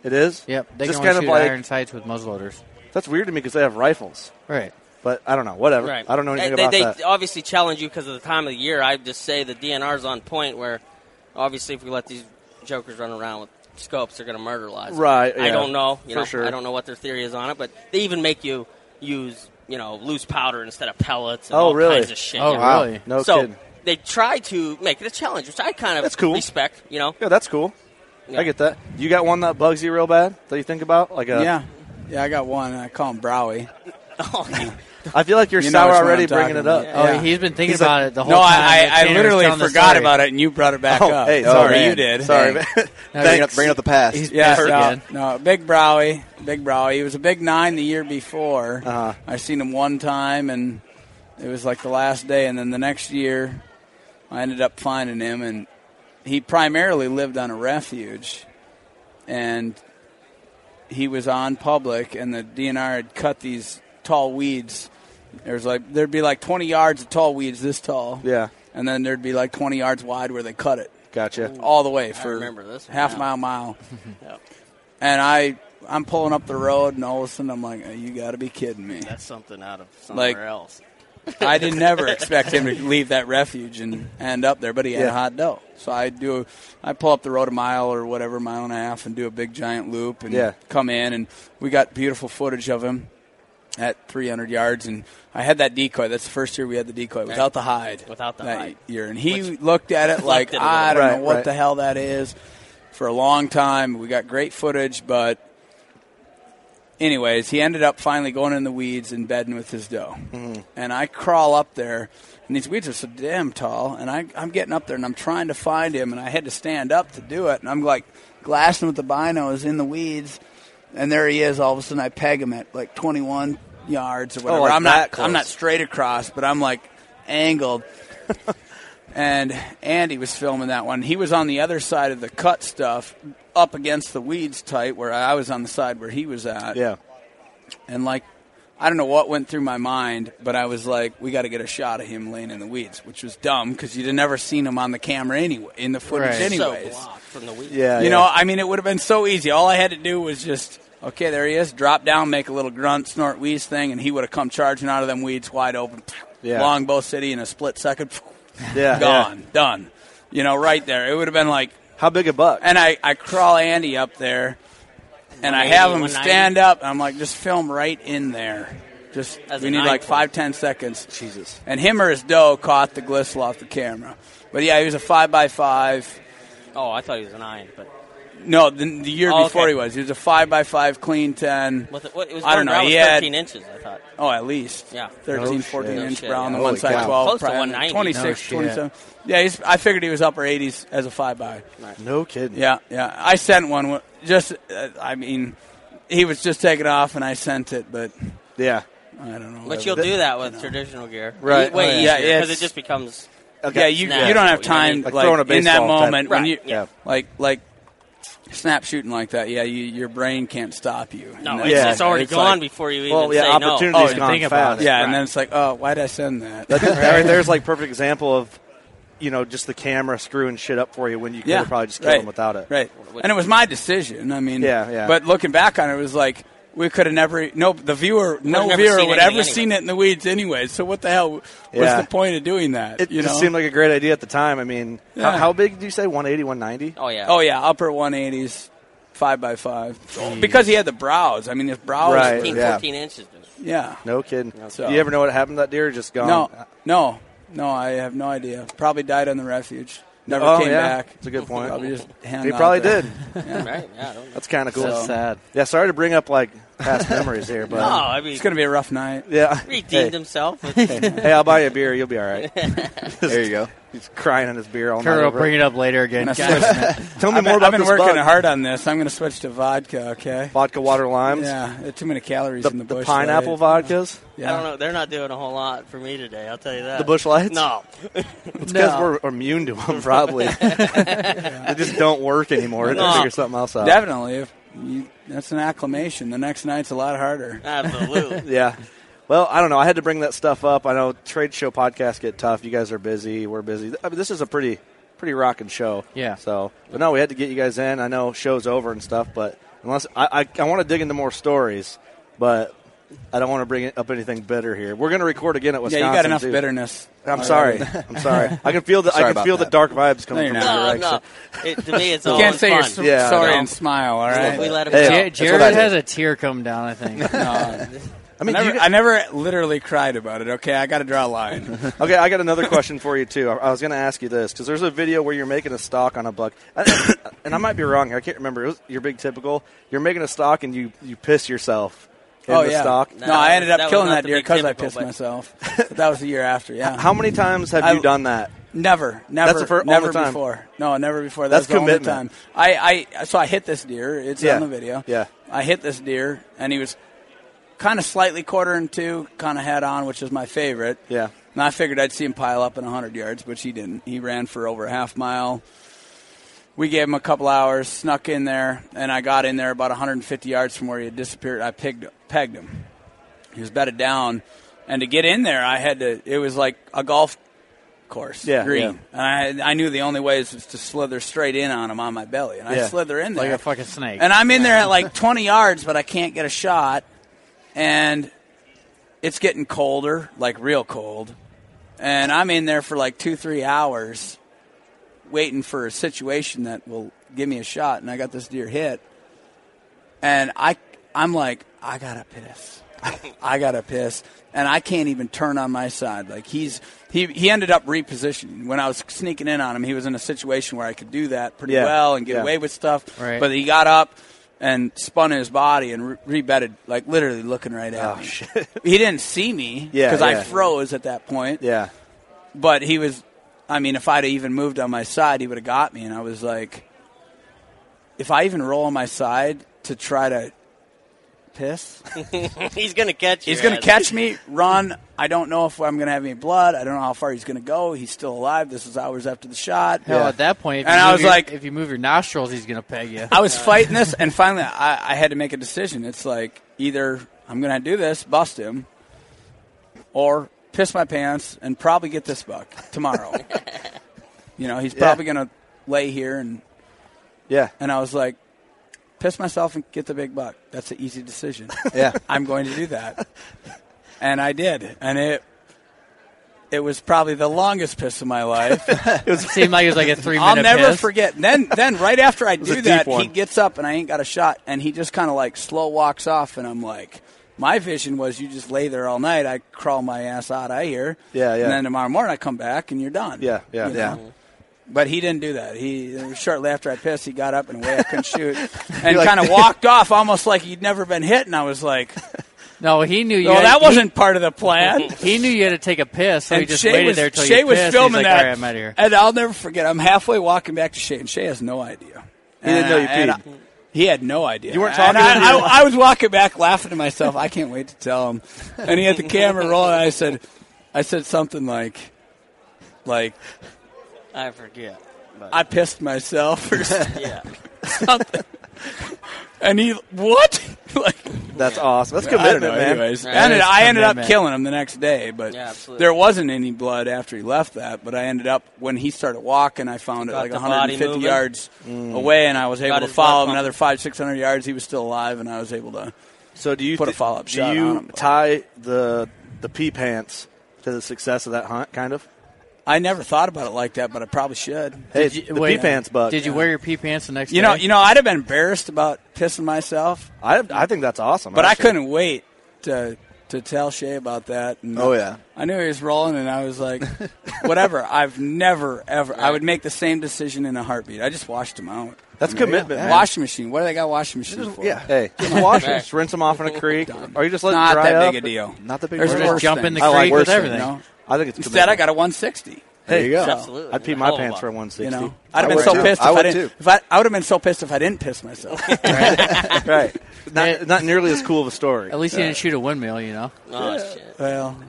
H: It is.
E: Yep. They
H: Just
E: can only
H: kind of
E: shoot
H: like
E: iron sights with muzzleloaders.
H: that's weird to me because they have rifles.
E: Right.
H: But I don't know. Whatever.
F: Right.
H: I don't know
F: They-
H: anything
F: they,
H: about
F: they
H: that.
F: obviously challenge you because of the time of the year. I just say the DNR's on point. Where obviously, if we let these jokers run around with scopes, they're going to murder lives.
H: Right,
F: I
H: yeah.
F: don't know. You
H: For
F: know,
H: sure.
F: I don't know what their theory is on it, but they even make you use you know loose powder instead of pellets. And
H: Oh,
F: all
H: really?
F: Kinds of shit.
E: Oh,
F: Yeah.
E: wow. Really?
H: No
F: so
H: kidding.
F: they try to make it a challenge, which I kind of
H: That's cool.
F: respect.
H: *laughs*
F: You know,
H: Yeah, that's cool.
F: Yeah.
H: I get that. You got one that bugs you real bad that you think about? Like a,
G: yeah, yeah. I got one. I call him Browie.
F: Oh,
H: I feel like you're
G: You know
H: sour
G: which one I'm
H: already
G: talking
H: bringing it up.
G: about.
E: Oh,
G: Yeah.
E: he's been thinking
H: He's
E: about
H: like,
E: it the whole
G: No,
E: time.
G: I,
E: that
G: I, I
E: Tanner was
G: literally
E: telling the
G: forgot
E: story.
G: about it, and you brought it back
H: Oh,
G: up.
H: hey,
G: sorry,
H: man.
G: you did.
H: Sorry,
G: Hey.
H: man.
I: Bringing up, bringing up the past.
E: He's
G: *laughs* Yeah,
E: pissed
G: no,
E: again.
G: no, big Browie, big Browie. He was a big nine the year before.
H: Uh-huh.
G: I seen him one time, and it was like the last day. And then the next year, I ended up finding him, and he primarily lived on a refuge, and he was on public, and the DNR had cut these tall weeds. There was like there'd be like 20 yards of tall weeds this tall.
H: Yeah.
G: and then there'd be like 20 yards wide where they cut it
H: Gotcha.
G: all the way for
F: remember this one
G: half
F: now. *laughs*
G: mile mile.
F: Yep.
G: And I I'm pulling up the road and all of a sudden I'm like, you got to be kidding
F: *laughs*
G: me.
F: that's something out of somewhere
G: Like-
F: else.
G: I didn't never expect him to leave that refuge and end up there, but he had
H: Yeah.
G: a hot dough. So I do I pull up the road a mile or whatever, mile and a half and do a big giant loop and
H: Yeah.
G: come in and we got beautiful footage of him at 300 yards and I had that decoy. That's the first year we had the decoy without the hide.
F: Without the
G: that
F: hide.
G: year and he looked
F: *laughs*
G: at it like
F: it a
G: I
H: little.
G: don't
H: Right,
G: know what
H: right.
G: the hell that is for a long time. We got great footage, but anyways, he ended up finally going in the weeds and bedding with his doe.
H: Mm-hmm.
G: And I crawl up there, and these weeds are so damn tall, and I, I'm getting up there and I'm trying to find him, and I had to stand up to do it, and I'm like glassing with the binos in the weeds, and there he is. All of a sudden, I peg him at like 21 yards or whatever.
H: Oh, like
G: I'm
H: that
G: not
H: close.
G: I'm not straight across, but I'm like angled. and Andy was filming that one. He was on the other side of the cut stuff, up against the weeds tight, where I was on the side where he was at
H: Yeah.
G: and like I don't know what went through my mind, but I was like, "We got to get a shot of him laying in the weeds," which was dumb because you'd have never seen him on the camera anyway, in the footage,
E: Right.
G: anyways.
F: so blocked from the week.
H: Yeah.
G: you
H: yeah.
G: know, I mean, it would have been so easy. All I had to do was just, okay, there he is, drop down, make a little grunt, snort wheeze thing, and he would have come charging out of them weeds, wide open,
H: Yeah.
G: Longbow City in a split second,
H: Yeah,
G: gone,
H: yeah.
G: done. You know, right there, it would have been like
H: How big a buck?
G: and I, I crawl Andy up there, and I
F: 180,
G: have him
F: 190.
G: stand up. And I'm like, just film right in there. Just
F: As
G: we
F: a
G: need
F: nine
G: like
F: point.
G: five ten seconds.
H: Jesus.
G: And him or his doe caught the glistle off the camera. But yeah, he was a five by five.
F: Oh, I thought he was an iron, but
G: No, the, the year
F: Oh,
G: before
F: okay.
G: he was. He was a five by five clean ten.
F: what, the, what it was?
G: I don't
F: one
G: know.
F: brown
G: He
F: was
G: had
F: 13 inches. I thought.
G: oh at least
F: Yeah.
G: 13, 14
F: No
G: inch
F: shit,
G: brown
F: yeah.
G: on one
I: Holy
G: side,
I: cow.
G: twelve,
F: Close to
G: probably
F: 190.
G: 26,
E: No shit.
G: 27. Yeah, he's, I figured he was upper eighties as a five by.
H: No kidding.
G: Yeah, yeah. I sent one. wi- Just, uh, I mean, he was just taking off, and I sent it, but
H: Yeah.
G: I don't know.
F: But you'll do that with traditional gear,
H: Right.
F: Way
H: Oh,
G: yeah.
F: easier
G: Yeah, yeah,
F: because it
G: it's-
F: just becomes.
H: Okay.
G: Yeah, you
F: Snap.
G: you don't have
F: You know what I
G: time
F: mean?
H: Like
G: like,
H: throwing a
G: in that
H: baseball type-
G: moment when
F: Right,
G: you
H: yeah.
G: like like snap shooting like that. Yeah, you, your brain can't stop you.
F: No,
G: And
F: it's,
G: then-
H: Yeah.
F: it's already
G: it's
F: gone
G: like-
F: before you even
H: Well, yeah,
F: say no.
H: opportunity's
E: Oh,
H: gone
E: think about
H: fast.
E: it.
G: yeah,
F: Right.
G: and then it's like, oh, why'd I send that?
H: That just, right there's like perfect example of, you know, just the camera screwing shit up for you when you could
G: yeah,
H: have probably just killed
G: right,
H: him without it.
G: Right, and it was my decision. I mean,
H: Yeah, yeah.
G: But looking back on it, it was like. We could have never, no, the viewer, no
F: never
G: viewer
F: seen
G: would
F: anything
G: ever seen
F: anyway.
G: it in the weeds anyway. So what the hell was
H: Yeah.
G: the point of doing that?
H: It
G: you
H: just
G: know?
H: seemed like a great idea at the time. I mean, how,
G: Yeah.
H: how big did you say? 180, 190?
F: Oh yeah.
G: Oh yeah, upper 180s, five by five. Because he had the brows. I mean, his brows.
H: Right.
F: 13,
H: Oh, yeah.
F: 14 inches.
G: Oh, Yeah.
H: No kidding.
G: So-
H: Do you ever know what happened to that deer? Just gone.
G: No, no, no. I have no idea. Probably died on the refuge. Never
H: Oh,
G: came
H: yeah.
G: back.
H: That's a good point.
G: Probably just hung
H: He
G: out
H: probably
G: there.
H: did.
F: Right. Yeah. I don't know.
H: That's kind of cool.
G: So-
H: sad. Yeah, sorry to bring up like
G: *laughs*
H: past memories here, but
F: No, I mean,
G: It's going to be a rough night.
H: yeah.
F: redeemed
H: hey,
F: himself. With,
H: hey, I'll buy you a beer. You'll be all
G: *laughs*
H: right.
I: There you go.
H: *laughs* He's crying on his beer all
E: Kurt
H: night.
E: will
H: over
E: bring
H: it.
E: it up later again.
G: I'm gonna
E: Gosh.
G: switch now.
H: Tell me
G: I've been,
H: more about
G: I've been
H: this
G: working
H: bug.
G: hard on this. I'm going to switch to vodka. Okay.
H: vodka water limes.
G: Yeah, there are too many calories
H: The,
G: in the,
H: the
G: bush.
H: pineapple
G: right?
H: vodkas.
G: Yeah.
F: I don't know. They're not doing a whole lot for me today. I'll tell you that.
H: The Busch Lights?
F: No.
H: It's because we're immune to them, probably.
G: *laughs*
H: they just don't work anymore. They
F: No.
H: figure something else out.
G: Definitely. If you, that's an acclamation. The next night's a lot harder.
H: *laughs*
F: Absolutely.
H: Yeah. Well, I don't know. I had to bring that stuff up. I know trade show podcasts get tough. You guys are busy. We're busy. I mean, this is a pretty, pretty rocking show.
E: Yeah.
H: So, but no, we had to get you guys in. I know show's over and stuff, but unless I, I, I want to dig into more stories, but I don't want to bring up anything bitter here. We're going to record again at
G: Yeah,
H: Wisconsin.
G: you got enough
H: too.
G: bitterness.
H: I'm
G: *laughs*
H: sorry. I'm sorry. I can feel the
I: Sorry
H: I can
I: about
H: feel the
I: that.
H: dark vibes
G: No,
H: coming
G: you're
H: from
G: not.
H: the
F: no,
H: direction.
F: no. It, to me, it's all
G: You can't say you're
F: fun.
G: s- sorry
H: Yeah, I know.
G: and smile. All
F: Like,
G: right.
F: we let him
H: Hey,
F: go.
E: Jer-
H: that's
I: what I
E: Jared
I: did.
E: has a tear come down. I think.
G: No,
H: I mean,
G: I
H: do
G: never,
H: you-
G: I never literally cried about it. Okay, I got to draw a line.
H: Okay, I got another question for you too. I I was going to ask you this because there's a video where you're making a stock on a buck, *coughs* and and I might be wrong. here. I can't remember. It was your big typical. You're making a stock and you you piss yourself *laughs* in
G: oh
H: the
G: yeah.
H: stock.
G: No,
F: No,
G: I ended up
F: that was
G: killing
F: not
G: that
F: the
G: deer
F: big
G: because I
F: typical,
G: pissed
F: but-
G: myself. *laughs* that was the year after. Yeah.
H: How many times have you
G: I-
H: done that?
G: Never, never,
H: the fir- all
G: never
H: the time.
G: before. No, never before.
H: That's
G: That's, the only
H: commitment.
G: time. I, I, so I hit this deer. It's
H: Yeah.
G: on the video.
H: Yeah.
G: I hit this deer, and he was kind of slightly quartering two, kind of head on, which is my favorite.
H: Yeah.
G: And I figured I'd see him pile up in hundred yards, which he didn't. He ran for over a half mile. We gave him a couple hours, snuck in there, and I got in there about 150 yards from where he had disappeared. I pegged, pegged him. He was bedded down, and to get in there, I had to. It was like a golf course,
H: Yeah,
G: green. And I, I knew the only way is to slither straight in on him on my belly, and
H: Yeah.
G: I slither in there
E: Like a fucking snake.
G: And I'm in there at like 20 yards, but I can't get a shot, and it's getting colder, like real cold, and I'm in there for like two, three hours, waiting for a situation that will give me a shot, and I got this deer hit, and I, I'm like, I gotta piss. *laughs* I gotta piss, and I can't even turn on my side. Like he's he he ended up repositioning. When I was sneaking in on him, he was in a situation where I could do that pretty
H: Yeah,
G: well and get
H: yeah.
G: away with stuff.
E: Right.
G: But he got up and spun his body and re- rebedded, like literally looking right at
H: Oh,
G: me.
H: shit.
G: He didn't see me
H: *laughs* Yeah,
G: because
H: yeah.
G: I froze at that point.
H: Yeah,
G: But he was, I mean, if I'd have even moved on my side, he would have got me. And I was like, if I even roll on my side to try to piss.
F: *laughs* He's gonna catch.
G: He's
F: your
G: going to
F: ass.
G: catch me, run. I don't know if I'm going to have any blood. I don't know how far he's going to go. He's still alive. This is hours after the shot.
E: Hell, at that point, if
G: And
E: you
G: I
E: move
G: was
E: your-
G: like-
E: if you move your nostrils, he's gonna peg
G: *laughs*
E: you.
G: I was fighting this, and finally, I, I had to make a decision. It's like either I'm going to do this, bust him, or piss my pants and probably get this buck tomorrow. you know, he's probably going to lay here, and
H: yeah.
G: and I was like, piss myself and get the big buck. That's an easy decision.
I: Yeah.
G: I'm going to do that. And I did. And it it was probably the longest piss of my life.
E: It seemed like it was like a three
G: I'll
E: minute.
G: never
E: piss.
G: forget. Then then right
H: *laughs*
G: after I
H: a
G: do
H: deep
G: that, he
H: one.
G: gets up and I ain't got a shot and he just kind of like slow walks off and I'm like my vision was you just lay there all night. I crawl my ass out of here.
H: Yeah, yeah.
G: And then tomorrow morning I come back and you're done.
H: Yeah, yeah,
G: You
H: yeah.
G: know? But he didn't do that. He shortly after I pissed, he got up and away
H: *laughs*
G: I couldn't shoot, and
I: like-
G: kind of walked off almost like he'd never been hit. And I
H: *laughs*
G: was like,
E: No, he knew you.
G: "No,
E: had-
G: that
E: he-
G: wasn't part of the plan."
E: He knew you had to take a piss, so he just waited
G: was,
E: there till
G: Shay
E: you
G: was
E: pissed.
G: filming
E: he's like,
G: that,
E: All right, I'm out of here.
G: and I'll never forget. I'm halfway walking back to Shay, and Shay has no idea. He
H: didn't know you peed.
G: he had no idea.
H: You weren't
G: And
H: talking to
G: I,
H: him?
G: I, I was walking back, laughing to myself. I can't wait to tell him. And he had the camera rolling. I said, I said something like, like
F: I forget. But
G: I pissed
F: *laughs*
G: myself or
F: yeah,
G: something. *laughs* and he what? *laughs* like
H: That's awesome. That's
G: I don't
H: commitment,
G: know,
H: man.
G: Anyways,
F: That
G: I ended,
E: is
G: I ended up
E: commitment.
G: killing him the next day, but
F: Yeah, absolutely.
G: there wasn't any blood after he left that. But I ended up when he started walking, I found it
F: Got
G: like
F: the body
G: 150
F: moving. Mm.
G: yards away, and I was able to
F: his blood
G: follow him
F: pumping.
G: another five, six hundred yards. He was still alive, and I was able to.
H: So do you
G: Put a
H: thi-
G: follow-up
H: Do
G: shot
H: you
G: on 'em.
H: tie the the pee pants to the success of that hunt? Kind of.
G: I never thought about it like that, but I probably should.
H: Hey,
E: Did you-
H: the
E: wait,
H: pee pants, but
E: Did you wear your pee pants the next
G: You
E: day?
G: know, you know, I'd have been embarrassed about pissing myself,
H: I I think that's awesome.
G: but I
H: actually.
G: couldn't wait to to tell Shay about that. And
I: Oh, yeah.
G: I knew he was rolling, and I
H: *laughs*
G: was like, whatever. I've never ever. I would make the same decision in a heartbeat. I just washed him out.
H: That's commitment. man.
G: Washing machine. What do they got washing machines for?
I: yeah.
H: Hey, just wash them, just rinse them off in a creek, or you just let
G: not
H: it dry
G: that
H: up.
G: big a deal.
I: Not the big
G: There's
I: deal.
G: worse
E: just jump in
G: things.
E: the
H: I like
E: creek with
H: worse
E: everything.
G: You know?
H: I think it's
G: Instead,
H: commitment.
G: I got a 160.
I: There you go.
F: absolutely.
H: I'd pee
F: Hell
H: my
F: of a
H: pants
F: lot.
H: for 160.
G: You know, I'd have
I: I
G: been
I: would
G: so
I: too.
G: pissed
I: I
G: if I
I: would
G: didn't.
I: too.
G: If I, I would have been so pissed if I didn't
H: *laughs*
G: piss myself.
H: right? Not, not nearly as cool of a story.
E: At least you didn't shoot a windmill. You know,
F: Oh shit!
G: well,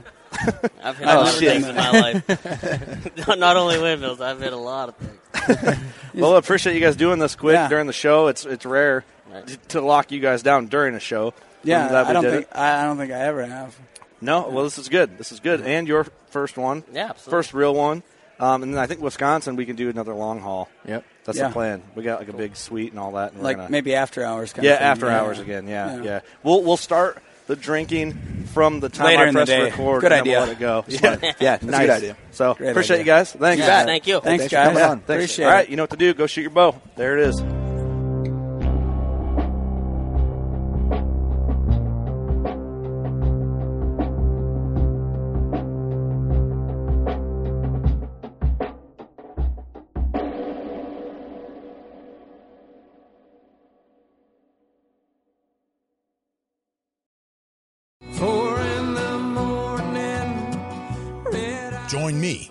F: I've hit a
H: Oh,
F: lot
H: shit.
F: of things in my
H: *laughs*
F: life. *laughs* not, not only windmills, I've hit a lot of things.
H: Well, I appreciate you guys doing this quick
G: Yeah.
H: during the show. It's it's rare
F: Right.
H: t- to lock you guys down during a show. I'm
G: yeah,
H: glad we
G: I don't
H: did
G: think
H: it.
G: I, I don't think I ever have.
H: No, well, this is good. This is good, and your first one,
F: Yeah, absolutely.
H: first real one. Um, and then I think Wisconsin, we can do another long haul.
E: Yep.
H: that's
G: Yeah.
H: the plan. We got like a big suite and all that. And we're
G: Like
H: gonna-
G: maybe after hours. Kind
H: yeah,
G: of thing.
H: after hours again. Yeah, yeah,
G: Yeah.
H: We'll we'll start the drinking from the time
G: Later
H: I
G: in the
H: press
G: day.
H: record.
G: Good
H: and then
G: idea.
H: we'll let it
G: *laughs*
H: go. Yeah, yeah,
I: That's a
H: nice
I: good idea.
H: So
G: Great
H: appreciate
G: idea.
H: you guys. Thanks.
F: Yeah, thank you.
G: Thanks,
I: Thanks for
G: guys.
I: coming on. Thanks.
G: Appreciate
H: All
G: it.
H: right, you know what to do. Go shoot your bow. There it is.
J: Join me,